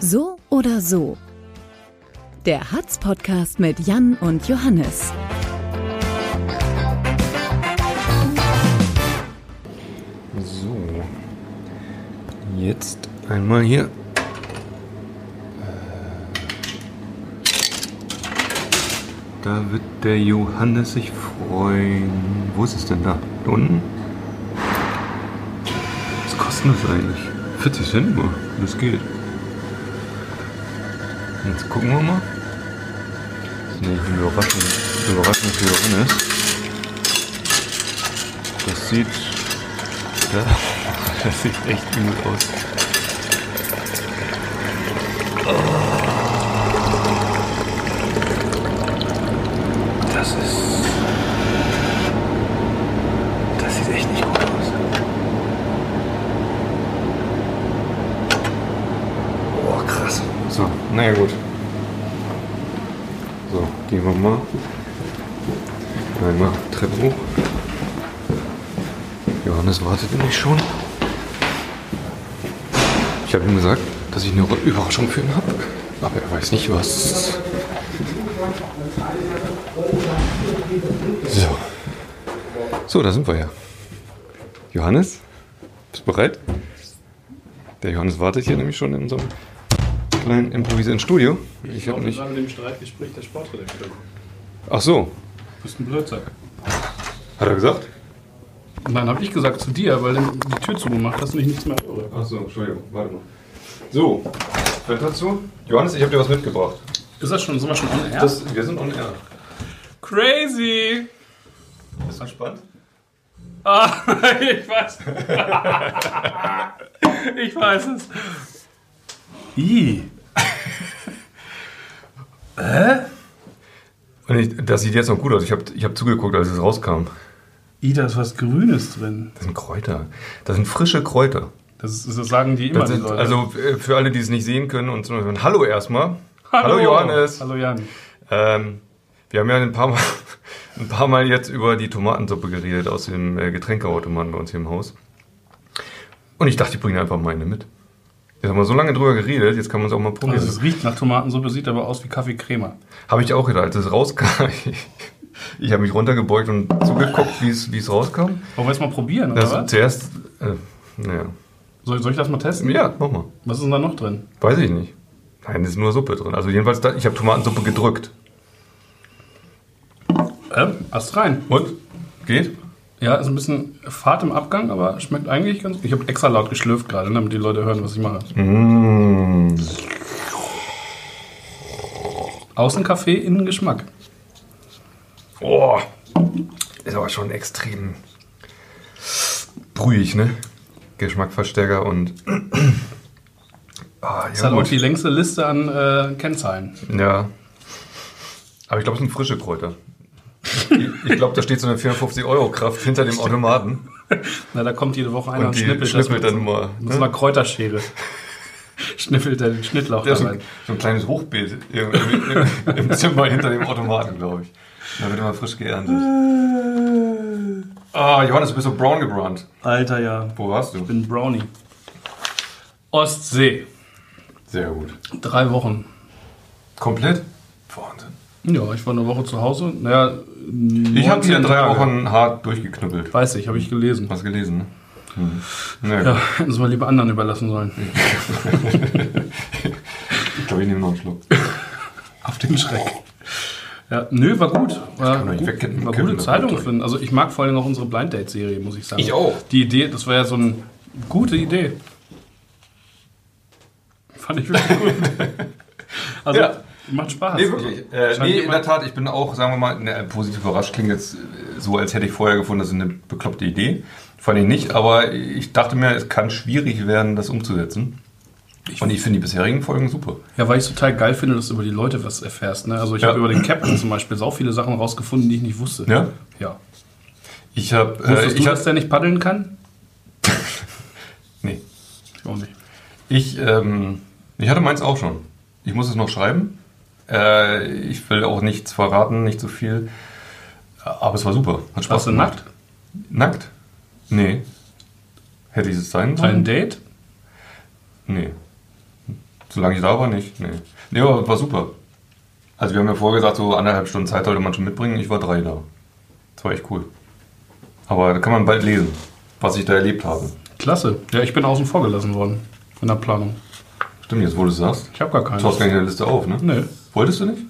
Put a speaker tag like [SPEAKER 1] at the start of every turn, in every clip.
[SPEAKER 1] So oder so. Der Hatz-Podcast mit Jan und Johannes.
[SPEAKER 2] So. Jetzt einmal hier. Da wird der Johannes sich freuen. Wo ist es denn da? Da unten? Was kostet das eigentlich? 40 Cent nur. Das geht. Jetzt gucken wir mal. Das ist nämlich eine Überraschung, Überraschung für Johannes. Das sieht. Ja, das sieht echt gut aus. Das ist. Das sieht echt nicht gut aus. Boah, krass. So, naja, gut. So, gehen wir mal. Einmal Treppe hoch. Johannes wartet nämlich schon. Ich habe ihm gesagt, dass ich eine Überraschung für ihn habe. Aber er weiß nicht was. So. So, da sind wir ja. Johannes, bist du bereit? Der Johannes wartet hier nämlich schon in unserem kleinen improvisierten Studio. Ich habe nicht.
[SPEAKER 3] gerade dem Streitgespräch der Sportredaktion.
[SPEAKER 2] Ach so,
[SPEAKER 3] Du bist ein Blödsinn.
[SPEAKER 2] hat er gesagt?
[SPEAKER 3] Nein, habe ich gesagt zu dir, weil du die Tür zugemacht hast und ich nichts mehr höre.
[SPEAKER 2] Ach so, Entschuldigung, warte mal. So, fällt dazu? Johannes, ich habe dir was mitgebracht.
[SPEAKER 3] Ist das schon, sind wir schon on air?
[SPEAKER 2] Das, wir sind on air.
[SPEAKER 3] Crazy!
[SPEAKER 2] Ist das spannend?
[SPEAKER 3] Ah, ich weiß. ich weiß es. I.
[SPEAKER 2] Und ich, das sieht jetzt noch gut aus. Ich habe ich hab zugeguckt, als es rauskam.
[SPEAKER 3] I, da ist was Grünes drin.
[SPEAKER 2] Das sind Kräuter. Das sind frische Kräuter.
[SPEAKER 3] Das, ist, das sagen die immer,
[SPEAKER 2] Das
[SPEAKER 3] die
[SPEAKER 2] sind,
[SPEAKER 3] Leute.
[SPEAKER 2] also äh, für alle, die es nicht sehen können und zum Beispiel, hallo erstmal. Hallo, Johannes.
[SPEAKER 3] Hallo Jan.
[SPEAKER 2] Ähm, wir haben ja ein paar, Mal, ein paar Mal jetzt über die Tomatensuppe geredet aus dem äh, Getränkeautomaten bei uns hier im Haus. Und ich dachte, ich bringe einfach meine mit. Jetzt haben wir so lange drüber geredet, jetzt kann man es auch mal probieren.
[SPEAKER 3] Also es riecht nach Tomatensuppe, sieht aber aus wie Kaffee-Crema.
[SPEAKER 2] Habe ich auch gedacht, als es rauskam. Ich, ich habe mich runtergebeugt und zugeguckt, wie es wie es rauskam.
[SPEAKER 3] Wollen wir es mal probieren, oder
[SPEAKER 2] Das
[SPEAKER 3] was?
[SPEAKER 2] zuerst. Äh, naja.
[SPEAKER 3] Soll, soll ich das mal testen?
[SPEAKER 2] Ja, mach mal.
[SPEAKER 3] Was ist denn da noch drin?
[SPEAKER 2] Weiß ich nicht. Nein, es ist nur Suppe drin. Also jedenfalls, da, ich habe Tomatensuppe gedrückt.
[SPEAKER 3] Äh, erst rein.
[SPEAKER 2] Und? Geht?
[SPEAKER 3] Ja, ist ein bisschen fad im Abgang, aber schmeckt eigentlich ganz gut. Ich habe extra laut geschlürft gerade, ne, damit die Leute hören, was ich mache.
[SPEAKER 2] Mm.
[SPEAKER 3] Außen Kaffee, innen Geschmack.
[SPEAKER 2] Boah. Ist aber schon extrem brühig, ne? Geschmackverstärker und. Ah,
[SPEAKER 3] Das
[SPEAKER 2] ja,
[SPEAKER 3] hat auch
[SPEAKER 2] gut.
[SPEAKER 3] die längste Liste an äh, Kennzahlen.
[SPEAKER 2] ja. Aber ich glaube, es sind frische Kräuter. Ich- Ich glaube, da steht so eine 450-Euro-Kraft hinter dem Automaten.
[SPEAKER 3] Na, da kommt jede Woche einer
[SPEAKER 2] Und
[SPEAKER 3] und,
[SPEAKER 2] die
[SPEAKER 3] schnippelt,
[SPEAKER 2] schnippelt
[SPEAKER 3] das
[SPEAKER 2] dann
[SPEAKER 3] mit,
[SPEAKER 2] mal,
[SPEAKER 3] mit
[SPEAKER 2] ne?
[SPEAKER 3] so einer Kräuterschere. schnippelt er den Schnittlauch
[SPEAKER 2] Ja,
[SPEAKER 3] da
[SPEAKER 2] so,
[SPEAKER 3] rein.
[SPEAKER 2] ein, so ein kleines Hochbeet im, im, im, im Zimmer hinter dem Automaten, glaube ich. Da wird immer frisch geerntet. Ah, Johannes, du bist so brown gebrannt.
[SPEAKER 3] Alter, ja.
[SPEAKER 2] Wo warst du?
[SPEAKER 3] Ich bin Brownie. Ostsee.
[SPEAKER 2] Sehr gut.
[SPEAKER 3] Drei Wochen.
[SPEAKER 2] Komplett? Wahnsinn.
[SPEAKER 3] Ja, ich war eine Woche zu Hause. Naja,
[SPEAKER 2] Ich habe hier in
[SPEAKER 3] 19
[SPEAKER 2] drei
[SPEAKER 3] Tage.
[SPEAKER 2] Wochen hart durchgeknüppelt.
[SPEAKER 3] Weiß ich, habe ich gelesen.
[SPEAKER 2] Was gelesen, ne? Hm. Naja,
[SPEAKER 3] Ja, hätten sie mal lieber anderen überlassen sollen.
[SPEAKER 2] ich glaube, ich nehme noch einen Schluck.
[SPEAKER 3] Auf den Schreck. Ja, nö, war gut. War,
[SPEAKER 2] man nicht
[SPEAKER 3] gut,
[SPEAKER 2] wegkippen,
[SPEAKER 3] war
[SPEAKER 2] kippen,
[SPEAKER 3] gute
[SPEAKER 2] das
[SPEAKER 3] Zeitung
[SPEAKER 2] Bild.
[SPEAKER 3] finden. Also ich mag vor allem auch unsere Blind Date Serie, muss ich sagen.
[SPEAKER 2] Ich auch.
[SPEAKER 3] Die Idee, das war ja so eine gute Idee. Fand ich wirklich gut. Also
[SPEAKER 2] Ja.
[SPEAKER 3] macht Spaß.
[SPEAKER 2] Nee, wirklich. Äh,
[SPEAKER 3] Also,
[SPEAKER 2] nee, in der
[SPEAKER 3] jemand-
[SPEAKER 2] Tat, ich bin auch, sagen wir mal, ne, positiv überrascht. Klingt jetzt äh, so, als hätte ich vorher gefunden, das ist eine bekloppte Idee. Fand ich nicht, aber ich dachte mir, es kann schwierig werden, das umzusetzen. Und ich finde die bisherigen Folgen super.
[SPEAKER 3] ja, weil ich es total geil finde, dass du über die Leute was erfährst. Ne? Also ich
[SPEAKER 2] Ja.
[SPEAKER 3] habe über den Captain zum Beispiel so viele Sachen rausgefunden, die ich nicht wusste.
[SPEAKER 2] Ja?
[SPEAKER 3] Ja.
[SPEAKER 2] Ich habe. Äh,
[SPEAKER 3] Wusstest du,
[SPEAKER 2] ich
[SPEAKER 3] dass
[SPEAKER 2] hab,
[SPEAKER 3] der nicht paddeln kann?
[SPEAKER 2] nee.
[SPEAKER 3] Ich auch nicht.
[SPEAKER 2] Ich, ähm, ich hatte meins auch schon. Ich muss es noch schreiben. Äh, ich will auch nichts verraten, nicht zu viel. Aber es war super. Hat Spaß
[SPEAKER 3] Warst du
[SPEAKER 2] gemacht.
[SPEAKER 3] nackt?
[SPEAKER 2] Nackt? Nee. Hätte ich es sein
[SPEAKER 3] Ein
[SPEAKER 2] sollen?
[SPEAKER 3] Date?
[SPEAKER 2] Nee. Das Solange ich da war, nicht. Nee. Nee, aber war super. Also wir haben ja vorher gesagt, so anderthalb Stunden Zeit sollte man schon mitbringen. Ich war drei da. Das war echt cool. Aber da kann man bald lesen, was ich da erlebt habe.
[SPEAKER 3] Klasse. Ja, ich bin außen vor gelassen worden in der Planung.
[SPEAKER 2] Stimmt, jetzt wo du es sagst.
[SPEAKER 3] Ich habe gar
[SPEAKER 2] Du tauchst gar
[SPEAKER 3] keinen.
[SPEAKER 2] nicht in der Liste auf, ne?
[SPEAKER 3] Nö.
[SPEAKER 2] Wolltest du nicht?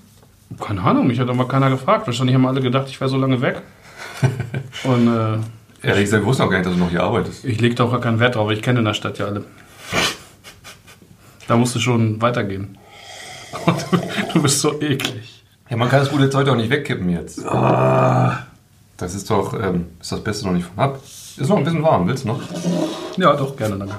[SPEAKER 3] Keine Ahnung, mich hat aber keiner gefragt. Wahrscheinlich haben alle gedacht, ich wäre so lange weg. Und äh,
[SPEAKER 2] Ehrlich gesagt, ich wusste auch gar nicht, dass du noch hier arbeitest.
[SPEAKER 3] ich legte auch gar keinen Wert drauf. Ich kenne in der Stadt ja alle. Da musst du schon weitergehen. Du bist so eklig.
[SPEAKER 2] Ja, man kann das gute Zeug doch nicht wegkippen jetzt. Ah. Das ist doch, ähm, ist das Beste noch nicht von ab. Ist noch ein bisschen warm, willst du noch?
[SPEAKER 3] Ja, doch, gerne, danke.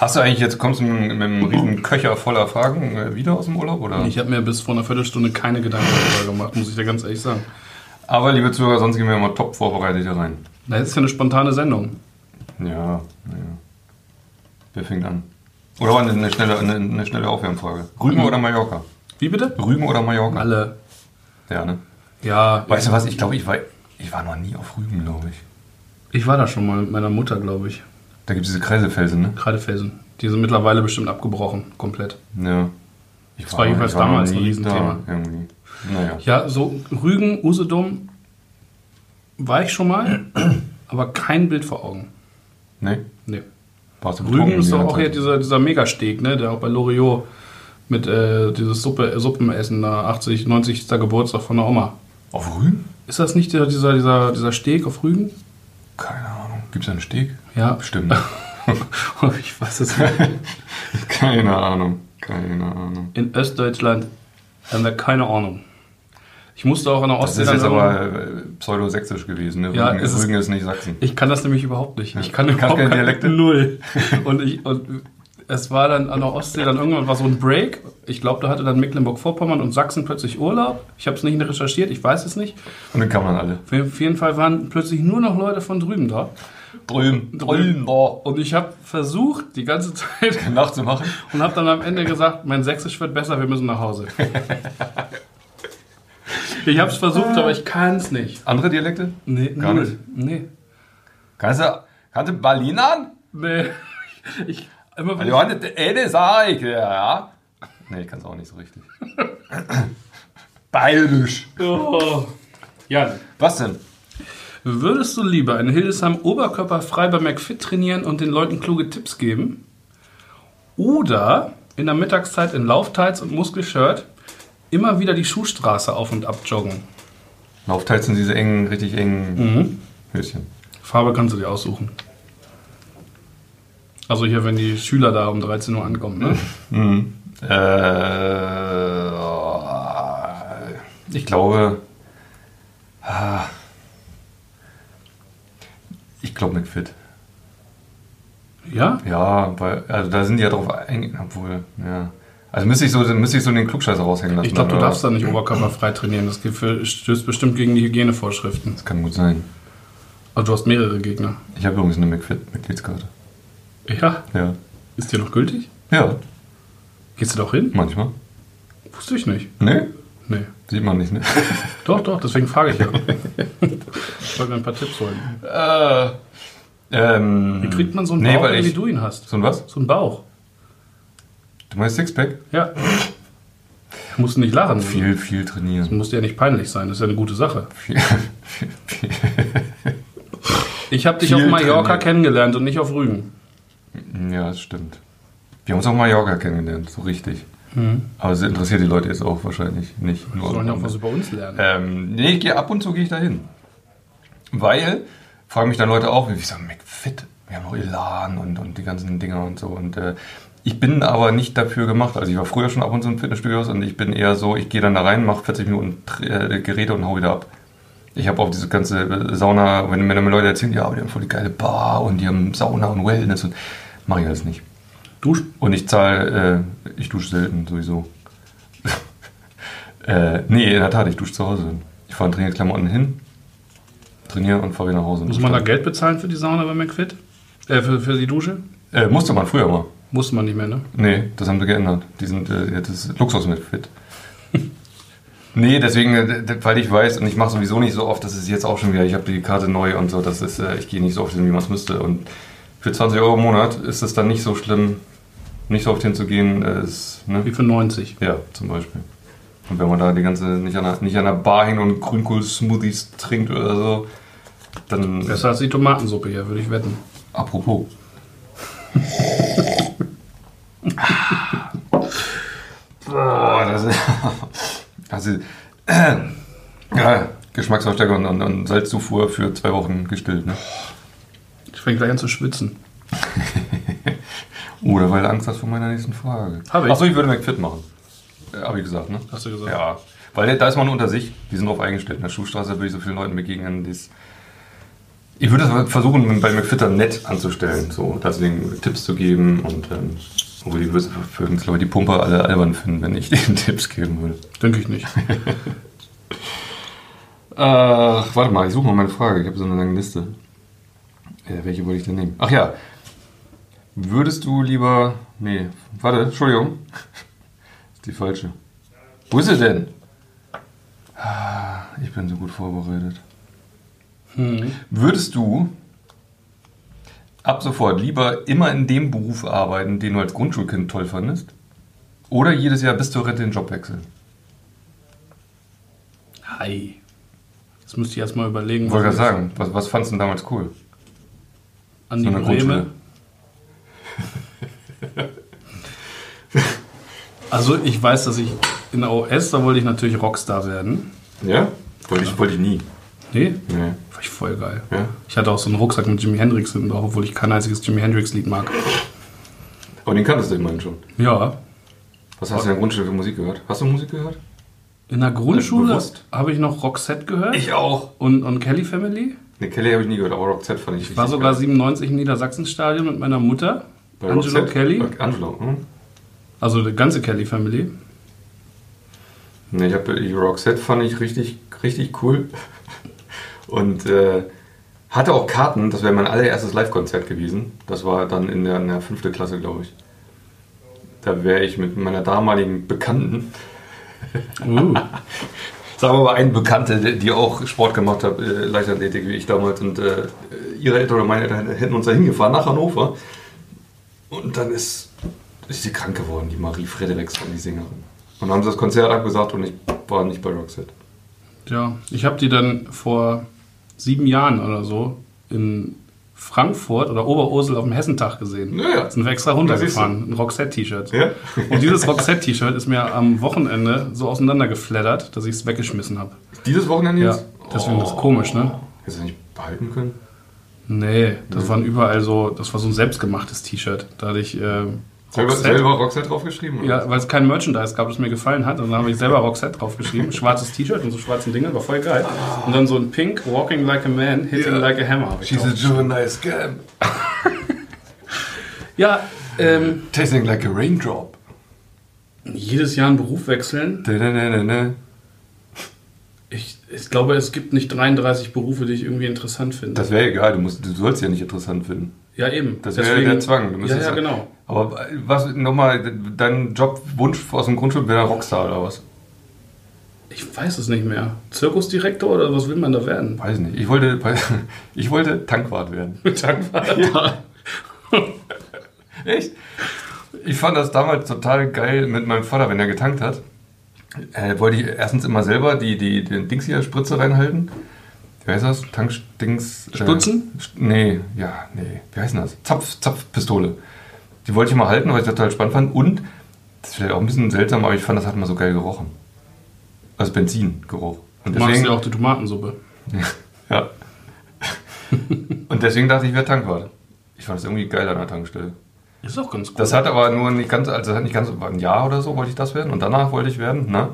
[SPEAKER 2] Hast du eigentlich jetzt, kommst du mit, mit einem riesen Köcher voller Fragen äh, wieder aus dem Urlaub? Oder?
[SPEAKER 3] Ich habe mir bis vor einer Viertelstunde keine Gedanken darüber gemacht, muss ich dir ganz ehrlich sagen.
[SPEAKER 2] Aber liebe Zuhörer, sonst gehen wir immer top vorbereitet hier rein.
[SPEAKER 3] Na, jetzt ist ja eine spontane Sendung.
[SPEAKER 2] Ja, naja. Wer fängt an? Oder war eine, eine schnelle, eine, eine schnelle Aufwärmfrage? Rügen oder Mallorca?
[SPEAKER 3] Wie bitte?
[SPEAKER 2] Rügen oder Mallorca?
[SPEAKER 3] Alle.
[SPEAKER 2] Ja, ne?
[SPEAKER 3] Ja,
[SPEAKER 2] Weißt du was? Ich glaube, ich war, ich war noch nie auf Rügen, glaube ich.
[SPEAKER 3] ich war da schon mal mit meiner Mutter, glaube ich.
[SPEAKER 2] Da gibt es diese Kreiselfelsen, ne?
[SPEAKER 3] Kreidefelsen. Die sind mittlerweile bestimmt abgebrochen, komplett.
[SPEAKER 2] Ja. Ich
[SPEAKER 3] Das war jedenfalls
[SPEAKER 2] ich noch
[SPEAKER 3] damals
[SPEAKER 2] nie
[SPEAKER 3] ein Riesenthema.
[SPEAKER 2] Da, irgendwie. Naja.
[SPEAKER 3] Ja, so Rügen, Usedom war ich schon mal, aber kein Bild vor Augen.
[SPEAKER 2] Ne?
[SPEAKER 3] Nee.
[SPEAKER 2] Warst du betrunken
[SPEAKER 3] Rügen ist
[SPEAKER 2] die
[SPEAKER 3] doch
[SPEAKER 2] ganze
[SPEAKER 3] auch hier
[SPEAKER 2] Zeit?
[SPEAKER 3] dieser, dieser Megasteg, ne, der auch bei Loriot mit äh, dieses Suppe, Suppenessen, da 80, 90. Geburtstag von der Oma.
[SPEAKER 2] Auf Rügen?
[SPEAKER 3] Ist das nicht dieser, dieser, dieser, dieser Steg auf Rügen?
[SPEAKER 2] Keine Ahnung. Gibt es einen Steg?
[SPEAKER 3] Ja,
[SPEAKER 2] Bestimmt.
[SPEAKER 3] ich weiß es nicht.
[SPEAKER 2] Keine Ahnung. Keine Ahnung.
[SPEAKER 3] In Östdeutschland haben wir keine Ahnung. Ich musste auch an der
[SPEAKER 2] Das
[SPEAKER 3] Ostsee
[SPEAKER 2] ist jetzt
[SPEAKER 3] irgendwann-
[SPEAKER 2] aber äh, pseudo-sächsisch gewesen. Ne? Rügen,
[SPEAKER 3] Ja,
[SPEAKER 2] ist
[SPEAKER 3] es ist-
[SPEAKER 2] Rügen ist nicht Sachsen.
[SPEAKER 3] Ich kann das nämlich überhaupt nicht. Ich kann
[SPEAKER 2] Du kannst keine
[SPEAKER 3] überhaupt keine
[SPEAKER 2] Dialekte?
[SPEAKER 3] Null. Und, ich, und es war dann an der Ostsee dann irgendwann war so ein Break. Ich glaube, da hatte dann Mecklenburg-Vorpommern und Sachsen plötzlich Urlaub. Ich habe es nicht recherchiert, ich weiß es nicht.
[SPEAKER 2] Und dann kann man alle.
[SPEAKER 3] Auf jeden Fall waren plötzlich nur noch Leute von drüben da.
[SPEAKER 2] Drüben. um
[SPEAKER 3] Drüben.
[SPEAKER 2] da.
[SPEAKER 3] Und ich habe versucht, die ganze Zeit
[SPEAKER 2] Nachzumachen.
[SPEAKER 3] und habe dann am Ende gesagt, mein Sächsisch wird besser, wir müssen nach Hause. Ich habe es versucht, aber ich kann es nicht.
[SPEAKER 2] Andere Dialekte?
[SPEAKER 3] Nee,
[SPEAKER 2] Gar
[SPEAKER 3] null.
[SPEAKER 2] nicht?
[SPEAKER 3] Nee.
[SPEAKER 2] Kannst du, kannst du Berlinern?
[SPEAKER 3] Nee. Ich, immer wenn ich
[SPEAKER 2] Johannes, eine sag ich, ja. Nee, ich kann es auch nicht so richtig. Bayerisch.
[SPEAKER 3] Oh. Jan,
[SPEAKER 2] Was denn?
[SPEAKER 3] würdest du lieber in Hildesheim oberkörperfrei bei McFit trainieren und den Leuten kluge Tipps geben? Oder in der Mittagszeit in Laufteils und Muskelshirt immer wieder die Schuhstraße auf und ab joggen?
[SPEAKER 2] Laufteils sind diese engen, richtig engen
[SPEAKER 3] Mhm.
[SPEAKER 2] Höschen.
[SPEAKER 3] Farbe kannst du dir aussuchen. Also hier, wenn die Schüler da um 13 Uhr ankommen, ne?
[SPEAKER 2] Mhm. Äh, ich glaube. ah, Ich glaube McFit.
[SPEAKER 3] Ja?
[SPEAKER 2] Ja, weil, also da sind die ja drauf eingegangen, obwohl, ja. Also müsste ich so, müsste ich so den Klugscheißer raushängen lassen.
[SPEAKER 3] Ich glaube, du
[SPEAKER 2] oder?
[SPEAKER 3] darfst da nicht oberkörperfrei trainieren. Das geht für- stößt bestimmt gegen die Hygienevorschriften.
[SPEAKER 2] Das kann gut sein.
[SPEAKER 3] Also du hast mehrere Gegner.
[SPEAKER 2] Ich habe übrigens eine McFit-Mitgliedskarte.
[SPEAKER 3] Ja,
[SPEAKER 2] Ja.
[SPEAKER 3] ist dir noch gültig?
[SPEAKER 2] Ja,
[SPEAKER 3] Gehst du doch hin?
[SPEAKER 2] manchmal.
[SPEAKER 3] Wusste ich nicht.
[SPEAKER 2] Ne?
[SPEAKER 3] Nee.
[SPEAKER 2] Sieht man nicht, ne?
[SPEAKER 3] Doch, doch, deswegen frage ich ja. ich wollte mir ein paar Tipps holen.
[SPEAKER 2] äh, ähm,
[SPEAKER 3] Wie kriegt man so einen
[SPEAKER 2] nee,
[SPEAKER 3] Bauch,
[SPEAKER 2] weil
[SPEAKER 3] wie
[SPEAKER 2] ich,
[SPEAKER 3] du ihn hast?
[SPEAKER 2] So ein was?
[SPEAKER 3] So einen Bauch.
[SPEAKER 2] Du meinst Sixpack?
[SPEAKER 3] Ja. Du musst nicht lachen. Viel.
[SPEAKER 2] Viel, viel trainieren.
[SPEAKER 3] Muss dir ja nicht peinlich sein, das ist ja eine gute Sache.
[SPEAKER 2] Viel, viel, viel.
[SPEAKER 3] Ich habe dich
[SPEAKER 2] Viel
[SPEAKER 3] auf
[SPEAKER 2] trainieren.
[SPEAKER 3] Mallorca kennengelernt und nicht auf Rügen.
[SPEAKER 2] Ja, das stimmt. Wir haben uns auf Mallorca kennengelernt, so richtig. Aber es interessiert die Leute jetzt auch wahrscheinlich nicht.
[SPEAKER 3] Mhm. Die
[SPEAKER 2] Nur
[SPEAKER 3] sollen ja auch was über uns lernen.
[SPEAKER 2] Ähm, nee, ich gehe ab und zu gehe ich da hin. Weil, fragen mich dann Leute auch, wie so McFit, wir haben noch Elan und, und die ganzen Dinger und so. Und äh, ich bin aber nicht dafür gemacht. Also ich war früher schon ab und zu in Fitnessstudios und ich bin eher so, ich gehe dann da rein, mache 40 Minuten Tr- äh, Geräte und hau wieder ab. Ich habe auch diese ganze äh, Sauna, wenn mir dann Leute erzählen, ja, aber die haben voll die geile Bar und die haben Sauna und Wellness und mache ich alles nicht.
[SPEAKER 3] Du,
[SPEAKER 2] Und ich zahle, äh, ich dusche selten sowieso. äh, nee, in der Tat, ich dusche zu Hause. Ich fahre in Trainierklamotten hin, trainiere und fahre wieder nach Hause.
[SPEAKER 3] muss man da Geld bezahlen für die Sauna bei McFit? Äh, für, für die Dusche?
[SPEAKER 2] äh, musste man früher mal.
[SPEAKER 3] Musste man nicht mehr, ne?
[SPEAKER 2] Nee, das haben sie geändert. Die sind äh, jetzt ist Luxus mit fit. nee, deswegen, äh, d- weil ich weiß und ich mache sowieso nicht so oft, das ist jetzt auch schon wieder, ich habe die Karte neu und so, das ist, äh, ich gehe nicht so oft hin, wie man es müsste. Und für 20 Euro im Monat ist es dann nicht so schlimm, nicht so oft hinzugehen, äh, ist, ne?
[SPEAKER 3] Wie für 90.
[SPEAKER 2] Ja, zum Beispiel. Und wenn man da die ganze, nicht an einer, nicht an einer Bar hängt und Grünkohl-Smoothies trinkt oder so, dann.
[SPEAKER 3] Besser als die Tomatensuppe hier, würde ich wetten.
[SPEAKER 2] Apropos. Boah, das ist. Also, ja, Geschmacksverstärker und, und, und Salzzufuhr für zwei Wochen gestillt, ne?
[SPEAKER 3] Ich fange gleich an zu schwitzen.
[SPEAKER 2] Oder weil du Angst hast vor meiner nächsten Frage.
[SPEAKER 3] Hab ich.
[SPEAKER 2] Achso, ich würde McFit machen. Äh, Habe ich gesagt, ne?
[SPEAKER 3] Hast du gesagt?
[SPEAKER 2] Ja. Weil da ist man unter sich, die sind drauf eingestellt. In der Schuhstraße würde ich so vielen Leuten begegnen, die es. Ich würde es versuchen, bei McFitter nett anzustellen, so, dass denen Tipps zu geben und ähm, obwohl die würden würden, glaube ich, die Pumper alle albern finden, wenn ich denen Tipps geben würde.
[SPEAKER 3] Denke ich nicht.
[SPEAKER 2] Ach, Äh, warte mal, ich suche mal meine Frage. Ich habe so eine lange Liste. Äh, welche wollte ich denn nehmen? Ach ja. Würdest du lieber. Nee, warte, Entschuldigung. Ist die falsche. Wo ist sie denn? Ah, Ich bin so gut vorbereitet. Würdest du ab sofort lieber immer in dem Beruf arbeiten, den du als Grundschulkind toll fandest? Oder jedes Jahr bis zur Rente den Job wechseln?
[SPEAKER 3] Hi. Jetzt müsste ich erst mal überlegen,
[SPEAKER 2] Ich wollte gerade
[SPEAKER 3] ich
[SPEAKER 2] sagen, was, was fandst du denn damals cool?
[SPEAKER 3] an die
[SPEAKER 2] So eine Grundschule.
[SPEAKER 3] Breme. Also ich weiß, dass ich in der OS, da wollte ich natürlich Rockstar werden.
[SPEAKER 2] Ja? Wollte ich, wollte ich nie.
[SPEAKER 3] Nee,
[SPEAKER 2] Nee.
[SPEAKER 3] war ich voll geil.
[SPEAKER 2] Ja.
[SPEAKER 3] Ich hatte auch so einen Rucksack mit Jimi Hendrix hinten drauf, obwohl ich kein einziges Jimi Hendrix-Lied mag.
[SPEAKER 2] Aber den kanntest du immerhin schon.
[SPEAKER 3] Ja.
[SPEAKER 2] Was hast du in der Grundschule für Musik gehört? Hast du Musik gehört?
[SPEAKER 3] In der Grundschule
[SPEAKER 2] Bewusst?
[SPEAKER 3] habe ich noch Roxette gehört
[SPEAKER 2] auch.
[SPEAKER 3] und, und Kelly Family.
[SPEAKER 2] Ne, Kelly habe ich nie gehört, aber Roxette fand ich richtig.
[SPEAKER 3] War sogar
[SPEAKER 2] geil.
[SPEAKER 3] 97 im Niedersachsenstadion mit meiner Mutter,
[SPEAKER 2] Bei
[SPEAKER 3] Angelo
[SPEAKER 2] Roxette?
[SPEAKER 3] Kelly,
[SPEAKER 2] Äh, Angelo, hm?
[SPEAKER 3] also die ganze Kelly Family.
[SPEAKER 2] Ne, ich hab, ich- Roxette fand ich richtig, richtig cool. Und äh, hatte auch Karten, das wäre mein allererstes Live-Konzert gewesen. Das war dann in der, in der fünften Klasse, glaube ich. Da wäre ich mit meiner damaligen Bekannten
[SPEAKER 3] Uh.
[SPEAKER 2] Sagen wir mal, eine Bekannte, die- die auch Sport gemacht hat, äh, Leichtathletik wie ich damals. Und äh, ihre Eltern oder meine Eltern hätten uns da hingefahren nach Hannover. Und dann ist, ist sie krank geworden, die Marie Frederiksson, die Sängerin. Und dann haben sie das Konzert abgesagt und ich war nicht bei Roxette.
[SPEAKER 3] Ja, ich habe die dann vor sieben Jahren oder so in Frankfurt oder Oberursel auf dem Hessentag gesehen.
[SPEAKER 2] Ja.
[SPEAKER 3] Sind wir extra runtergefahren, ein Roxette-T-Shirt.
[SPEAKER 2] Ja?
[SPEAKER 3] Und dieses Roxette-T-Shirt ist mir am Wochenende so auseinandergeflattert, dass ich es weggeschmissen habe.
[SPEAKER 2] Dieses Wochenende
[SPEAKER 3] Ja,
[SPEAKER 2] jetzt?
[SPEAKER 3] deswegen das ist
[SPEAKER 2] Oh.
[SPEAKER 3] komisch, ne?
[SPEAKER 2] Hättest du nicht behalten können?
[SPEAKER 3] Nee, das waren überall so, das war so ein selbstgemachtes T-Shirt. Da hatte ich äh,
[SPEAKER 2] Selber,
[SPEAKER 3] Roxette,
[SPEAKER 2] selber Roxette draufgeschrieben? oder?
[SPEAKER 3] ja, weil es kein Merchandise gab, das mir gefallen hat. Und dann habe ich selber Roxette draufgeschrieben, schwarzes T-Shirt und so schwarzen Dinger, war voll geil. Und dann so ein Pink, Walking Like a Man, Hitting
[SPEAKER 2] Ja.
[SPEAKER 3] Like a Hammer. hab ich
[SPEAKER 2] She's a
[SPEAKER 3] drauf.
[SPEAKER 2] juvenile scam.
[SPEAKER 3] Ja, ähm,
[SPEAKER 2] Tasting like a raindrop.
[SPEAKER 3] jedes Jahr einen Beruf wechseln.
[SPEAKER 2] Da, da, da, da, da.
[SPEAKER 3] Ich, ich glaube, es gibt nicht 33 Berufe, die ich irgendwie interessant finde.
[SPEAKER 2] Das wäre egal, du, musst, du sollst ja nicht interessant finden.
[SPEAKER 3] ja, eben.
[SPEAKER 2] Das wäre der Zwang. Du
[SPEAKER 3] ja,
[SPEAKER 2] müsstest
[SPEAKER 3] ja,
[SPEAKER 2] ja-
[SPEAKER 3] genau.
[SPEAKER 2] Aber was nochmal, dein Jobwunsch aus dem Grundschul wäre Rockstar oder was?
[SPEAKER 3] Ich weiß es nicht mehr. Zirkusdirektor oder was will man da werden?
[SPEAKER 2] Weiß nicht. Ich wollte, ich wollte Tankwart werden.
[SPEAKER 3] Tankwart.
[SPEAKER 2] Echt? Ich fand das damals total geil mit meinem Vater, wenn er getankt hat. Äh, wollte ich erstens immer selber die, die, den Dings hier Spritze reinhalten. Wie heißt das? Tankdings.
[SPEAKER 3] Stutzen?
[SPEAKER 2] Äh, St- nee, ja, nee. Wie heißt denn das? Zapf, Zapfpistole. Die wollte ich mal halten, weil ich das total spannend fand. Und, das ist vielleicht auch ein bisschen seltsam, aber ich fand, das hat immer so geil gerochen. Also Benzingeruch. Und
[SPEAKER 3] Du magst ja auch die Tomatensuppe.
[SPEAKER 2] ja. Und deswegen dachte ich, ich wäre Tankwart. Ich fand das irgendwie geil an der Tankstelle.
[SPEAKER 3] Ist auch ganz gut.
[SPEAKER 2] Das hat aber nur nicht ganz, also das hat nicht ganz, war ein Jahr oder so wollte ich das werden und danach wollte ich werden, ne?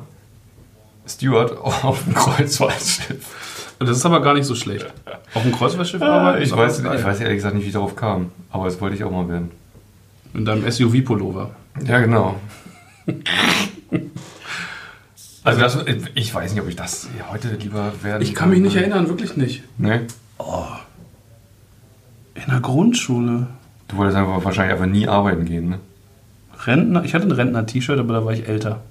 [SPEAKER 2] Steward auf dem Kreuzfahrtschiff.
[SPEAKER 3] Das ist aber gar nicht so schlecht. Auf dem Kreuzfahrtschiff arbeiten?
[SPEAKER 2] Ich
[SPEAKER 3] ist auch
[SPEAKER 2] weiß,
[SPEAKER 3] geil.
[SPEAKER 2] ich weiß ehrlich gesagt nicht, wie ich darauf kam, aber das wollte ich auch mal werden.
[SPEAKER 3] In deinem SUV-Pullover.
[SPEAKER 2] Ja, genau. Also das, ich weiß nicht, ob ich das heute lieber werden
[SPEAKER 3] Ich kann mich nicht erinnern, wirklich nicht.
[SPEAKER 2] Nee?
[SPEAKER 3] In der Grundschule.
[SPEAKER 2] Du wolltest einfach wahrscheinlich einfach nie arbeiten gehen, ne?
[SPEAKER 3] Rentner, ich hatte ein Rentner-T-Shirt, aber da war ich älter.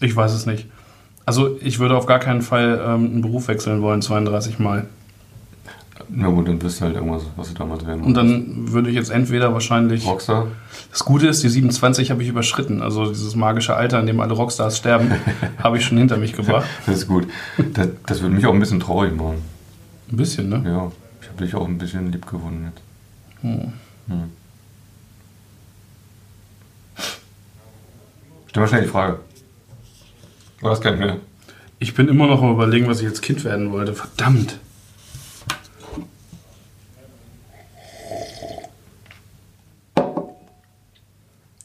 [SPEAKER 3] Ich weiß es nicht. Also ich würde auf gar keinen Fall ähm, einen Beruf wechseln wollen, 32 Mal.
[SPEAKER 2] Ja gut, dann wirst du halt irgendwas, was du damals werden
[SPEAKER 3] Und dann würde ich jetzt entweder wahrscheinlich.
[SPEAKER 2] Rockstar?
[SPEAKER 3] Das Gute ist, die 27 habe ich überschritten. Also dieses magische Alter, in dem alle Rockstars sterben, habe ich schon hinter mich gebracht.
[SPEAKER 2] Das ist gut. Das, das würde mich auch ein bisschen traurig machen.
[SPEAKER 3] Ein bisschen, ne?
[SPEAKER 2] Ja, ich habe dich auch ein bisschen lieb gewonnen jetzt.
[SPEAKER 3] Hm.
[SPEAKER 2] Hm. Stell mal schnell die Frage. Du hast keine mehr.
[SPEAKER 3] Ich bin immer noch am überlegen, was ich als Kind werden wollte. Verdammt.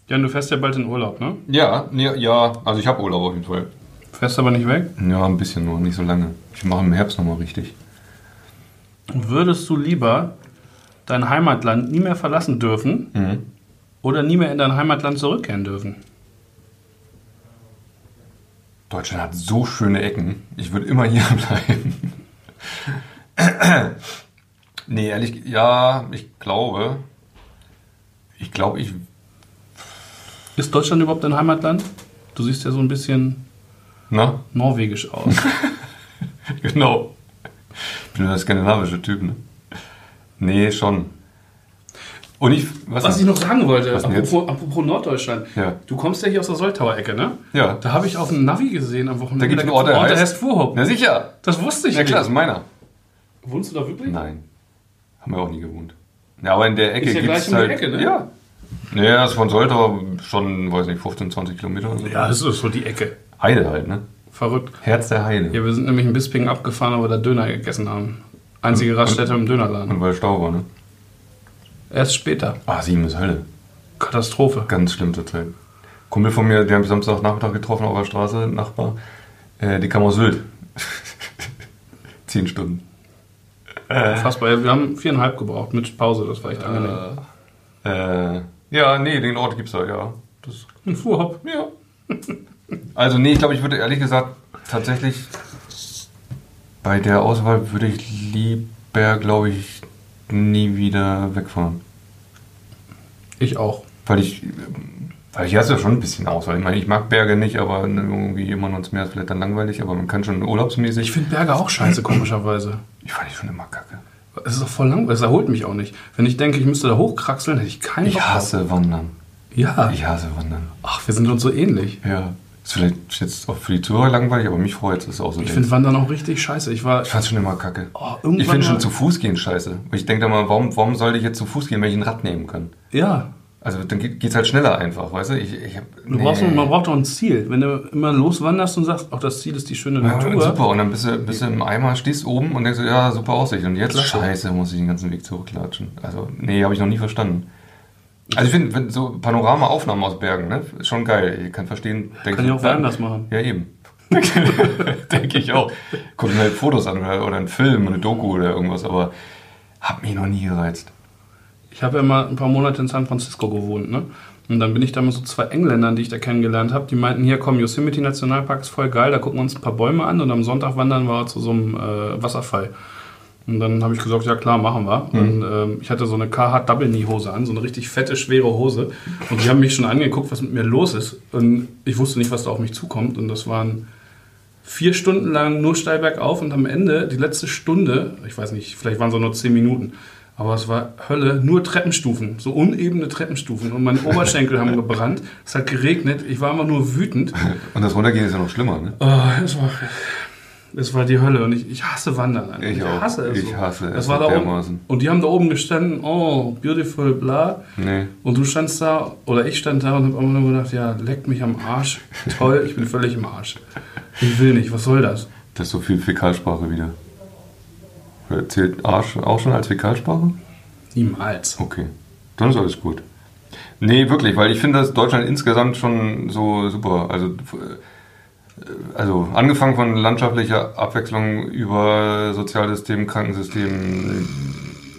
[SPEAKER 3] Jan, du fährst ja bald in Urlaub, ne?
[SPEAKER 2] Ja, ja, ja. Also ich habe Urlaub auf jeden Fall.
[SPEAKER 3] Fährst aber nicht weg.
[SPEAKER 2] Ja, ein bisschen nur, nicht so lange. Ich mache im Herbst nochmal richtig.
[SPEAKER 3] Würdest du lieber dein Heimatland nie mehr verlassen dürfen
[SPEAKER 2] Mhm.
[SPEAKER 3] oder nie mehr in dein Heimatland zurückkehren dürfen?
[SPEAKER 2] Deutschland hat so schöne Ecken. Ich würde immer hier bleiben. nee, ehrlich, ja, ich glaube. Ich glaube, ich.
[SPEAKER 3] Ist Deutschland überhaupt dein Heimatland? Du siehst ja so ein bisschen
[SPEAKER 2] Na,
[SPEAKER 3] norwegisch aus.
[SPEAKER 2] genau. Ich bin der skandinavische Typ, ne? Nee, schon. Und ich. Was,
[SPEAKER 3] Was ich
[SPEAKER 2] denn?
[SPEAKER 3] noch sagen wollte,
[SPEAKER 2] Was denn jetzt?
[SPEAKER 3] apropos, apropos Norddeutschland.
[SPEAKER 2] Ja.
[SPEAKER 3] Du kommst ja hier aus der Soltauer Ecke, ne?
[SPEAKER 2] Ja.
[SPEAKER 3] Da habe ich auf dem Navi gesehen am Wochenende.
[SPEAKER 2] Da gibt's einen Ort,
[SPEAKER 3] gibt's
[SPEAKER 2] der
[SPEAKER 3] der
[SPEAKER 2] heißt-
[SPEAKER 3] heißt Vorhop.
[SPEAKER 2] Na sicher!
[SPEAKER 3] Das wusste ich
[SPEAKER 2] Ja klar, ist
[SPEAKER 3] nicht.
[SPEAKER 2] meiner.
[SPEAKER 3] Wohnst du da wirklich?
[SPEAKER 2] Nein. Haben wir auch nie gewohnt. Ja, aber in der Ecke
[SPEAKER 3] Ist ja
[SPEAKER 2] gibt's
[SPEAKER 3] gleich um die
[SPEAKER 2] halt,
[SPEAKER 3] Ecke, ne?
[SPEAKER 2] Ja. Naja, ist von Soltau schon, weiß nicht, 15, 20 Kilometer oder so.
[SPEAKER 3] Ja, das ist so die Ecke.
[SPEAKER 2] Heide halt, ne?
[SPEAKER 3] Verrückt.
[SPEAKER 2] Herz der Heide.
[SPEAKER 3] Ja, wir sind nämlich in Bisping abgefahren, aber da Döner gegessen haben. Einzige
[SPEAKER 2] Hm.
[SPEAKER 3] Raststätte im Dönerladen.
[SPEAKER 2] Und weil Stau war, ne?
[SPEAKER 3] Erst später.
[SPEAKER 2] Ah, sieben ist Hölle.
[SPEAKER 3] Katastrophe.
[SPEAKER 2] Ganz schlimm zur Zeit. Kumpel von mir, den habe ich Samstagnachmittag getroffen auf der Straße, Nachbar. Äh, die kam aus Sylt. Zehn Stunden.
[SPEAKER 3] Unfassbar. Ja, wir haben viereinhalb gebraucht mit Pause. Das war echt angenehm.
[SPEAKER 2] Äh, ja, nee, den Ort gibt's ja, ja. Das,
[SPEAKER 3] Ein Vorhop.
[SPEAKER 2] ja. Also, nee, ich glaube, ich würde ehrlich gesagt tatsächlich bei der Auswahl würde ich lieber, glaube ich, nie wieder wegfahren.
[SPEAKER 3] Ich auch.
[SPEAKER 2] Weil ich, ähm, weil ich hasse ja schon ein bisschen Auswahl. Ich meine, ich mag Berge nicht, aber irgendwie immer noch ins Meer ist vielleicht dann langweilig, aber man kann schon urlaubsmäßig.
[SPEAKER 3] Ich finde Berge auch scheiße, komischerweise.
[SPEAKER 2] Ich fand die schon immer kacke.
[SPEAKER 3] Es ist doch voll langweilig. Es erholt mich auch nicht. Wenn ich denke, ich müsste da hochkraxeln, hätte ich keinen
[SPEAKER 2] Ich
[SPEAKER 3] Bock drauf.
[SPEAKER 2] hasse Wandern.
[SPEAKER 3] Ja.
[SPEAKER 2] Ich hasse Wandern.
[SPEAKER 3] Ach, wir sind uns so ähnlich.
[SPEAKER 2] Ja. Ist vielleicht jetzt auch für die Zuhörer langweilig, aber mich freut es auch so.
[SPEAKER 3] Ich
[SPEAKER 2] Ich,
[SPEAKER 3] finde Wandern auch richtig scheiße. Ich war.
[SPEAKER 2] ich fand's schon immer kacke.
[SPEAKER 3] Oh, irgendwann
[SPEAKER 2] ich finde schon
[SPEAKER 3] mal-
[SPEAKER 2] zu Fuß gehen scheiße. Ich denke da mal, warum, warum sollte ich jetzt zu Fuß gehen, wenn ich ein Rad nehmen kann?
[SPEAKER 3] Ja.
[SPEAKER 2] Also dann geht, geht's halt schneller einfach, weißt du? Ich, ich hab,
[SPEAKER 3] Du brauchst, man braucht doch ein Ziel. Wenn du immer loswanderst und sagst, auch das Ziel ist die schöne
[SPEAKER 2] Ja,
[SPEAKER 3] Natur.
[SPEAKER 2] und super, und dann bist du, bist du im Eimer, stehst oben und denkst, dir, ja, super Aussicht. Und jetzt,
[SPEAKER 3] Klasse.
[SPEAKER 2] scheiße, muss ich den ganzen Weg zurücklatschen. Also, nee, habe ich noch nie verstanden. Also, ich finde wenn so Panoramaaufnahmen aus Bergen, ne, ist schon geil. Ich kann verstehen. denk
[SPEAKER 3] Kann ich auch
[SPEAKER 2] na,
[SPEAKER 3] woanders machen.
[SPEAKER 2] Ja, eben. Denke ich auch. Guck mir halt Fotos an oder, oder einen Film, oder eine Doku oder irgendwas, aber hat mich noch nie gereizt.
[SPEAKER 3] Ich habe ja mal ein paar Monate in San Francisco gewohnt, ne? Und dann bin ich da mit so zwei Engländern, die ich da kennengelernt habe, die meinten, hier komm, Yosemite Nationalpark ist voll geil, da gucken wir uns ein paar Bäume an und am Sonntag wandern wir zu so einem äh, Wasserfall. Und dann habe ich gesagt, ja klar, machen wir. Und ähm, ich hatte so eine Carhartt Double Knee Hose an, so eine richtig fette, schwere Hose. Und die haben mich schon angeguckt, was mit mir los ist. Und ich wusste nicht, was da auf mich zukommt. Und das waren vier Stunden lang nur steil bergauf und am Ende, die letzte Stunde, ich weiß nicht, vielleicht waren es auch nur zehn Minuten, aber es war Hölle, nur Treppenstufen, so unebene Treppenstufen und meine Oberschenkel haben gebrannt, es hat geregnet, ich war immer nur wütend.
[SPEAKER 2] Und das Runtergehen ist ja noch schlimmer, ne?
[SPEAKER 3] Oh, es, war, es war die Hölle und ich, ich hasse Wandern. einfach.
[SPEAKER 2] Ich auch.
[SPEAKER 3] hasse es.
[SPEAKER 2] Ich
[SPEAKER 3] so.
[SPEAKER 2] hasse
[SPEAKER 3] das
[SPEAKER 2] es
[SPEAKER 3] war da
[SPEAKER 2] dermaßen.
[SPEAKER 3] oben, und die haben da oben gestanden, oh, beautiful, bla.
[SPEAKER 2] Nee.
[SPEAKER 3] Und du standst da, oder ich stand da und habe immer nur gedacht, ja, leck mich am Arsch. Toll, ich bin völlig im Arsch. Ich will nicht, was soll das?
[SPEAKER 2] Das ist so viel Fäkalsprache wieder. Oder Zählt Arsch auch schon als Fäkalsprache?
[SPEAKER 3] Niemals.
[SPEAKER 2] Okay, dann ist alles gut. Nee, wirklich, weil ich finde, dass Deutschland insgesamt schon so super. Also, äh, also angefangen von landschaftlicher Abwechslung über Sozialsystem, Krankensystem,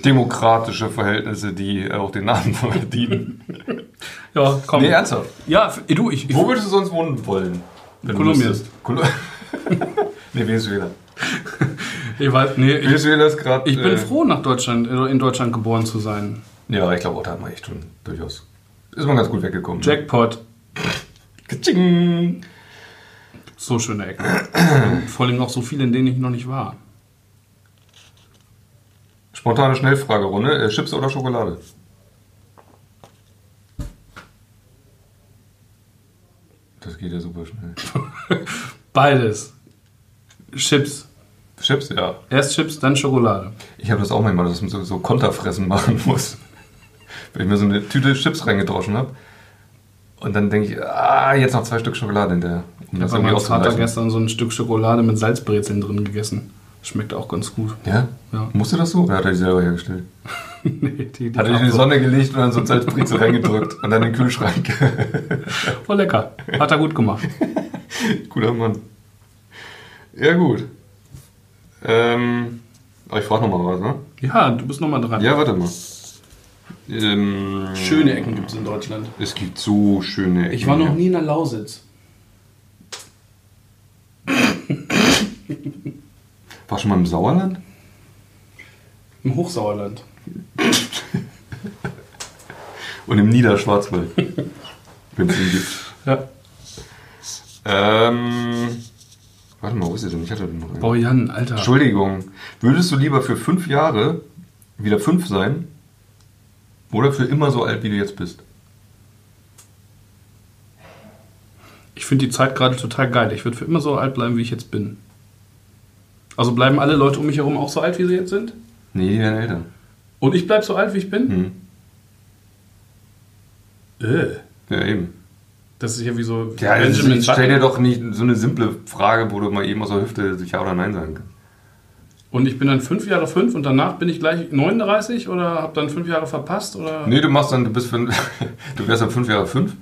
[SPEAKER 2] demokratische Verhältnisse, die auch den Namen verdienen.
[SPEAKER 3] Ja, komm.
[SPEAKER 2] Nee, ernsthaft.
[SPEAKER 3] Ja, f- du, ich. ich
[SPEAKER 2] Wo würdest du sonst wohnen wollen? wenn du
[SPEAKER 3] Kolumbien.
[SPEAKER 2] müsstest? Kol nee, Venezuela.
[SPEAKER 3] ich weiß, nee, ich,
[SPEAKER 2] Venezuela ist gerade.
[SPEAKER 3] ich bin froh, nach Deutschland, äh, in Deutschland geboren zu sein.
[SPEAKER 2] Ja, ich glaube, auch da haben wir echt schon durchaus. Ist man ganz gut weggekommen. ne?
[SPEAKER 3] Jackpot.
[SPEAKER 2] Katsching.
[SPEAKER 3] So schöne Ecken. Vor allem auch so viele, in denen ich noch nicht war.
[SPEAKER 2] Spontane Schnellfragerunde. Äh, Chips oder Schokolade? Das geht ja super schnell.
[SPEAKER 3] Beides. Chips.
[SPEAKER 2] Chips, ja.
[SPEAKER 3] Erst Chips, dann Schokolade.
[SPEAKER 2] Ich habe das auch manchmal, dass man so, so Konterfressen machen muss. Wenn ich mir so eine Tüte Chips reingedroschen habe. Und dann denke ich, ah, jetzt noch zwei Stück Schokolade hinterher. Um
[SPEAKER 3] Ich
[SPEAKER 2] das
[SPEAKER 3] habe
[SPEAKER 2] irgendwie
[SPEAKER 3] meinem Vater
[SPEAKER 2] auszugleichen.
[SPEAKER 3] gestern so ein Stück Schokolade mit Salzbrezeln drin gegessen. Schmeckt auch ganz gut.
[SPEAKER 2] Ja?
[SPEAKER 3] Ja.
[SPEAKER 2] Musste das so? Oder hat er die selber hergestellt?
[SPEAKER 3] nee, die, die
[SPEAKER 2] Hat er die in die Sonne gelegt und dann so ein Salzbrezel reingedrückt und dann in den Kühlschrank.
[SPEAKER 3] Voll Oh, lecker. Hat er gut gemacht.
[SPEAKER 2] Guter Mann. Ja, gut. Ähm, aber ich frage nochmal was, ne?
[SPEAKER 3] Ja, du bist nochmal dran.
[SPEAKER 2] Ja, warte mal. Ähm,
[SPEAKER 3] Schöne Ecken gibt es in Deutschland.
[SPEAKER 2] Es gibt so schöne Ecken.
[SPEAKER 3] Ich war noch
[SPEAKER 2] hier.
[SPEAKER 3] nie in der Lausitz.
[SPEAKER 2] Warst du schon mal im Sauerland?
[SPEAKER 3] Im Hochsauerland.
[SPEAKER 2] Und im Niederschwarzwald. Wenn es ihn gibt.
[SPEAKER 3] Ja.
[SPEAKER 2] Ähm, warte mal, wo ist er denn? Ich hatte den noch einen.
[SPEAKER 3] Boah, Jan, Alter.
[SPEAKER 2] Entschuldigung. Würdest du lieber für fünf Jahre wieder fünf sein oder für immer so alt, wie du jetzt bist?
[SPEAKER 3] Ich finde die Zeit gerade total geil. Ich würde für immer so alt bleiben, wie ich jetzt bin. Also bleiben alle Leute um mich herum auch so alt, wie sie jetzt sind?
[SPEAKER 2] Nee, die werden älter.
[SPEAKER 3] Und ich bleib so alt, wie ich bin?
[SPEAKER 2] Hm.
[SPEAKER 3] Äh.
[SPEAKER 2] Ja, eben.
[SPEAKER 3] Das ist ja wie so
[SPEAKER 2] Hm. Ja, also
[SPEAKER 3] Benjamin
[SPEAKER 2] ich stell dir
[SPEAKER 3] Button.
[SPEAKER 2] doch nicht so eine simple Frage, wo du mal eben aus der Hüfte Ja oder Nein sagen kannst.
[SPEAKER 3] Und ich bin dann fünf Jahre fünf und danach bin ich gleich 39 oder habe dann fünf Jahre verpasst oder?
[SPEAKER 2] Nee, du machst dann, du bist fünf, du wärst ab fünf Jahre fünf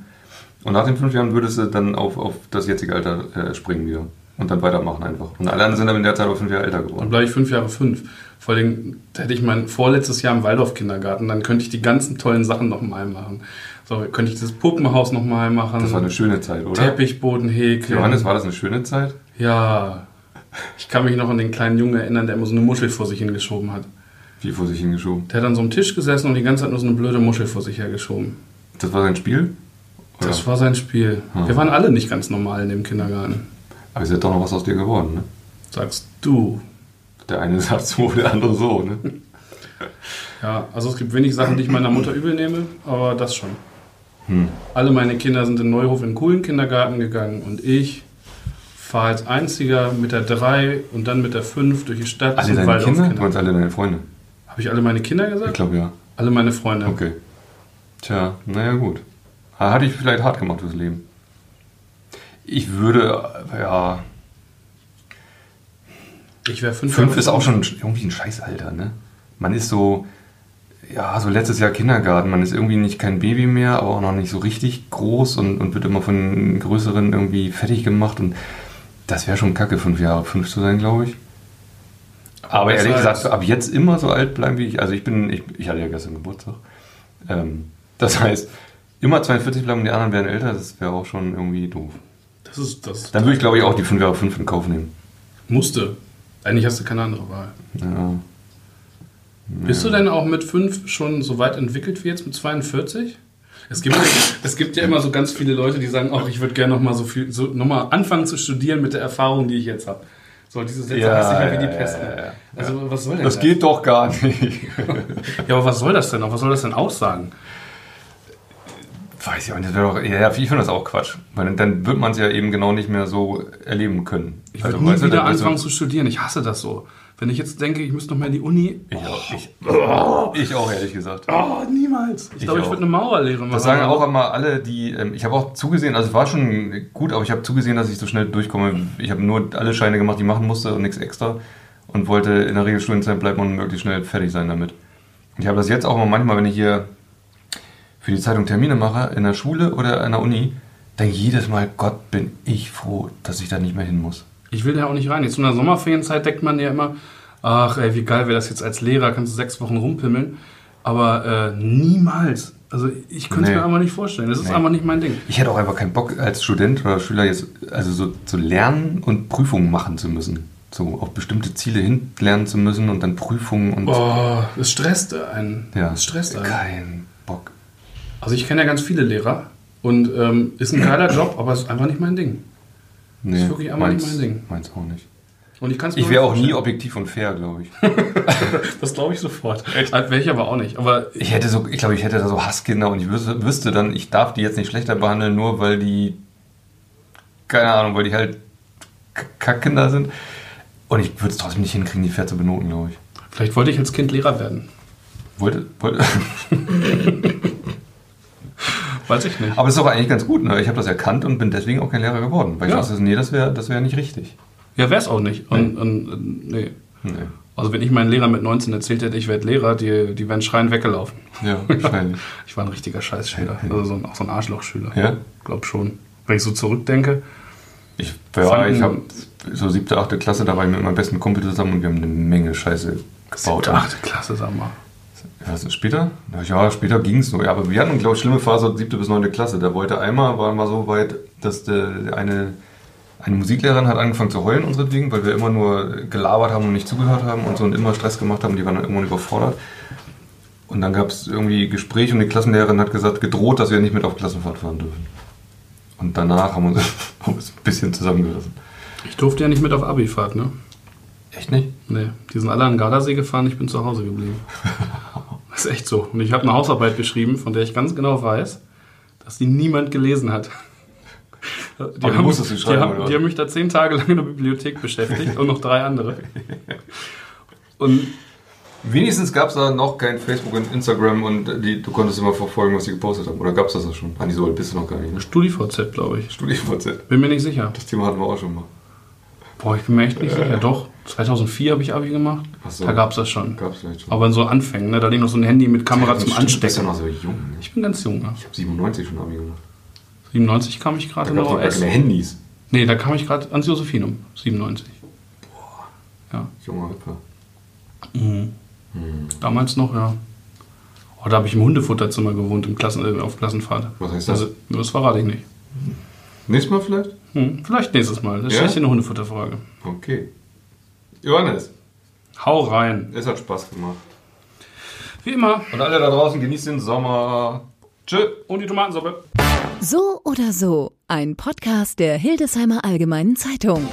[SPEAKER 2] und nach den fünf Jahren würdest du dann auf, auf das jetzige Alter äh, springen wieder und dann weitermachen einfach. Und alle anderen sind dann in der Zeit aber fünf Jahre älter
[SPEAKER 3] Dann
[SPEAKER 2] geworden.
[SPEAKER 3] bleibe ich fünf Jahre fünf. Vor allem hätte ich mein vorletztes Jahr im Waldorf-Kindergarten, dann könnte ich die ganzen tollen Sachen nochmal machen. So, könnte ich das Puppenhaus nochmal machen.
[SPEAKER 2] Das war eine schöne Zeit, oder?
[SPEAKER 3] Teppichboden häkeln.
[SPEAKER 2] Johannes, war das eine schöne Zeit?
[SPEAKER 3] Ja. Ich kann mich noch an den kleinen Jungen erinnern, der immer so eine Muschel vor sich hingeschoben hat.
[SPEAKER 2] Wie vor sich hingeschoben.
[SPEAKER 3] Der hat an so einem Tisch gesessen und die ganze Zeit nur so eine blöde Muschel vor sich hergeschoben.
[SPEAKER 2] Das war sein Spiel? Oder?
[SPEAKER 3] Das war sein Spiel.
[SPEAKER 2] Hm.
[SPEAKER 3] Wir waren alle nicht ganz normal in dem Kindergarten.
[SPEAKER 2] Aber es ist ja doch noch was aus dir geworden, ne?
[SPEAKER 3] Sagst du.
[SPEAKER 2] Der eine sagt so, der andere so, ne?
[SPEAKER 3] Ja, also es gibt wenig Sachen, die ich meiner Mutter übel nehme, aber das schon.
[SPEAKER 2] Hm.
[SPEAKER 3] Alle meine Kinder sind in Neuhof in einen coolen Kindergarten gegangen und ich fahre als einziger mit der 3 und dann mit der 5 durch die
[SPEAKER 2] Alle
[SPEAKER 3] Stadt
[SPEAKER 2] deine Kinder? Du
[SPEAKER 3] Waldorfkinder.
[SPEAKER 2] meinst alle deine Freunde?
[SPEAKER 3] Habe ich alle meine Kinder
[SPEAKER 2] Ich
[SPEAKER 3] gesagt?
[SPEAKER 2] glaube ja.
[SPEAKER 3] Alle meine Freunde.
[SPEAKER 2] Okay. Tja, naja, gut. Ah, Hatte ich vielleicht hart gemacht fürs Leben. Ich würde, äh, ja.
[SPEAKER 3] Ich wäre fünf.
[SPEAKER 2] Fünf
[SPEAKER 3] Jahre
[SPEAKER 2] ist auch schon irgendwie ein Scheißalter, ne? Man ist so, ja, so letztes Jahr Kindergarten. Man ist irgendwie nicht kein Baby mehr, aber auch noch nicht so richtig groß und, und wird immer von Größeren irgendwie fertig gemacht. Und das wäre schon kacke, fünf Jahre fünf zu sein, glaube ich. Aber
[SPEAKER 3] besser
[SPEAKER 2] ehrlich gesagt,
[SPEAKER 3] als-
[SPEAKER 2] ab jetzt immer so alt bleiben wie ich. Also ich bin, ich, ich hatte ja gestern Geburtstag. Ähm, das heißt, immer 42 bleiben und die anderen werden älter, das wäre auch schon irgendwie doof.
[SPEAKER 3] Das ist das.
[SPEAKER 2] Dann würde ich, glaube ich, auch die fünf Jahre fünf in Kauf nehmen.
[SPEAKER 3] Musste. Eigentlich hast du keine andere Wahl.
[SPEAKER 2] Ja.
[SPEAKER 3] Bist du denn auch mit 5 schon so weit entwickelt wie jetzt mit 42? Es gibt, es gibt ja immer so ganz viele Leute, die sagen, ach, ich würde gerne nochmal so viel, so nochmal anfangen zu studieren mit der Erfahrung, die ich jetzt habe. So, diese Sätze
[SPEAKER 2] Ja,
[SPEAKER 3] hasse ich ja wie die
[SPEAKER 2] ja,
[SPEAKER 3] Pest.
[SPEAKER 2] ja, ja,
[SPEAKER 3] ne?
[SPEAKER 2] ja.
[SPEAKER 3] Also, was soll denn
[SPEAKER 2] Das geht doch gar nicht.
[SPEAKER 3] Ja, aber was soll das denn auch? Was soll das denn aussagen?
[SPEAKER 2] Weiß ich auch nicht. Das wäre doch, ja, ich finde das auch Quatsch. Weil dann wird man es ja eben genau nicht mehr so erleben können.
[SPEAKER 3] Ich würde
[SPEAKER 2] Also, weißt
[SPEAKER 3] nie
[SPEAKER 2] du,
[SPEAKER 3] wieder
[SPEAKER 2] dann bist du-
[SPEAKER 3] anfangen zu studieren. Ich hasse das so. Wenn ich jetzt denke, ich müsste nochmal in die Uni.
[SPEAKER 2] Ich auch, ich, ich auch, ehrlich gesagt.
[SPEAKER 3] Oh, niemals. Ich,
[SPEAKER 2] Ich
[SPEAKER 3] glaube, ich
[SPEAKER 2] auch.
[SPEAKER 3] würde eine Mauerlehre machen.
[SPEAKER 2] Das sagen auch immer alle, die. Ähm, ich habe auch zugesehen, also es war schon gut, aber ich habe zugesehen, dass ich so schnell durchkomme. Ich habe nur alle Scheine gemacht, die ich machen musste und nichts extra. Und wollte in der Regelstudienzeit bleiben und möglichst schnell fertig sein damit. Und Ich habe das jetzt auch mal manchmal, wenn ich hier für die Zeitung Termine mache, in der Schule oder an der Uni, denke ich jedes Mal, Gott, bin ich froh, dass ich da nicht mehr hin muss.
[SPEAKER 3] Ich will da auch nicht rein. Jetzt in der Sommerferienzeit denkt man ja immer, ach ey, wie geil wäre das jetzt als Lehrer, kannst du sechs Wochen rumpimmeln. Aber äh, niemals. Also ich könnte es
[SPEAKER 2] Nee.
[SPEAKER 3] mir einfach nicht vorstellen. Das ist
[SPEAKER 2] Nee.
[SPEAKER 3] einfach nicht mein Ding.
[SPEAKER 2] Ich hätte auch einfach keinen Bock, als Student oder Schüler jetzt also so zu lernen und Prüfungen machen zu müssen. So auf bestimmte Ziele hin lernen zu müssen und dann Prüfungen und
[SPEAKER 3] Boah, es stresst einen.
[SPEAKER 2] ja.
[SPEAKER 3] Es stresst einen.
[SPEAKER 2] Kein Bock.
[SPEAKER 3] Also ich kenne ja ganz viele Lehrer und ähm, ist ein geiler Job, aber es ist einfach nicht mein Ding.
[SPEAKER 2] Nee,
[SPEAKER 3] Ist wirklich einmal nicht
[SPEAKER 2] meins-
[SPEAKER 3] mein Ding.
[SPEAKER 2] Meins auch nicht.
[SPEAKER 3] Und ich kann es
[SPEAKER 2] Ich wäre auch nie objektiv und fair, glaube ich.
[SPEAKER 3] Das glaube ich sofort.
[SPEAKER 2] Echt?
[SPEAKER 3] Wäre ich aber auch nicht. Aber
[SPEAKER 2] Ich hätte so, ich glaube, ich hätte da so Hasskinder und ich wüsste, wüsste dann, ich darf die jetzt nicht schlechter behandeln, nur weil die, keine Ahnung, weil die halt K- Kackkinder sind. Und ich würde es trotzdem nicht hinkriegen, die fair zu benoten, glaube ich.
[SPEAKER 3] vielleicht wollte ich als Kind Lehrer werden.
[SPEAKER 2] Wollte, wollte.
[SPEAKER 3] Weiß ich nicht.
[SPEAKER 2] Aber es ist doch eigentlich ganz gut, ne? Ich habe das erkannt und bin deswegen auch kein Lehrer geworden. Weil
[SPEAKER 3] Ja.
[SPEAKER 2] ich dachte, nee, das wäre das wär nicht richtig.
[SPEAKER 3] Ja, wäre es auch nicht. Und, und, und nee.
[SPEAKER 2] Nee.
[SPEAKER 3] Also wenn ich meinen Lehrer mit 19 erzählt hätte, ich werde Lehrer, die, die wären schreien weggelaufen.
[SPEAKER 2] Ja, wahrscheinlich.
[SPEAKER 3] Ich war ein richtiger Scheißschüler. Also so ein, auch so ein Arschlochschüler.
[SPEAKER 2] Ja?
[SPEAKER 3] Glaub schon. Wenn ich so zurückdenke.
[SPEAKER 2] Ich, ja,
[SPEAKER 3] Fanden-
[SPEAKER 2] ich habe so siebte, achte Klasse, da war ich mit meinem besten Kumpel zusammen und wir haben eine Menge Scheiße gebaut.
[SPEAKER 3] Siebte, achte Klasse, sag mal.
[SPEAKER 2] Was ist später? Na ja, später ging es noch. Ja, aber wir hatten, glaube ich, schlimme Phase, siebte bis neunte Klasse. Da wollte einmal, waren wir so weit, dass der, eine, eine Musiklehrerin hat angefangen zu heulen, unsere Dinge, weil wir immer nur gelabert haben und nicht zugehört haben und so und immer Stress gemacht haben. Die waren dann irgendwann überfordert. Und dann gab es irgendwie Gespräch und die Klassenlehrerin hat gesagt, gedroht, dass wir nicht mit auf Klassenfahrt fahren dürfen. Und danach haben wir uns, haben wir uns ein bisschen zusammengerissen.
[SPEAKER 3] Ich durfte ja nicht mit auf Abifahrt, ne?
[SPEAKER 2] Echt nicht?
[SPEAKER 3] Nee, die sind alle an den Gardasee gefahren, ich bin zu Hause geblieben. Das ist echt so. Und ich habe eine Hausarbeit geschrieben, von der ich ganz genau weiß, dass die niemand gelesen hat. Die
[SPEAKER 2] du musstest sie
[SPEAKER 3] die,
[SPEAKER 2] schreiben, oder
[SPEAKER 3] haben,
[SPEAKER 2] was?
[SPEAKER 3] die haben mich da zehn Tage lang in der Bibliothek beschäftigt und noch drei andere. Und
[SPEAKER 2] Wenigstens gab es da noch kein Facebook und Instagram und äh, die, du konntest immer verfolgen, was die gepostet haben. Oder gab es das auch schon? Ah, nee, so alt bist du noch gar nicht. Ne?
[SPEAKER 3] StudiVZ, glaube ich.
[SPEAKER 2] StudiVZ.
[SPEAKER 3] Bin mir nicht sicher.
[SPEAKER 2] Das Thema hatten wir auch schon mal.
[SPEAKER 3] Boah, ich bin mir echt nicht sicher. Doch, 2004 habe ich Abi gemacht.
[SPEAKER 2] Äh. Ach so.
[SPEAKER 3] Da gab es das schon.
[SPEAKER 2] Gab es vielleicht schon.
[SPEAKER 3] Aber in so Anfängen, ne? da liegt noch so ein Handy mit Kamera zum
[SPEAKER 2] Stimmt, Du bist ja
[SPEAKER 3] Anstecken.
[SPEAKER 2] noch so jung. Ne? Ich
[SPEAKER 3] Ich bin ganz jung. Ne?
[SPEAKER 2] habe 97 schon Abi gemacht.
[SPEAKER 3] 97 kam ich gerade
[SPEAKER 2] Da
[SPEAKER 3] in der
[SPEAKER 2] gab es
[SPEAKER 3] OS.
[SPEAKER 2] keine Handys.
[SPEAKER 3] Nee, da kam ich gerade ans Josephinum, 97.
[SPEAKER 2] Junger Hüpfer.
[SPEAKER 3] Damals noch, ja. Oh, da habe ich im Hundefutterzimmer gewohnt, im Klassen, äh, auf Klassenfahrt.
[SPEAKER 2] Was heißt das?
[SPEAKER 3] Also, das verrate ich nicht.
[SPEAKER 2] Nächstes Mal vielleicht?
[SPEAKER 3] Hm, vielleicht nächstes Mal. Das
[SPEAKER 2] Ja?
[SPEAKER 3] stelle ich dir eine Hundefutterfrage.
[SPEAKER 2] Okay. Johannes,
[SPEAKER 3] Hau rein.
[SPEAKER 2] es hat Spaß gemacht.
[SPEAKER 3] Wie immer.
[SPEAKER 2] Und alle da draußen, genießt den Sommer. Tschüss.
[SPEAKER 3] Und die Tomatensuppe.
[SPEAKER 1] So oder so, ein Podcast der Hildesheimer Allgemeinen Zeitung.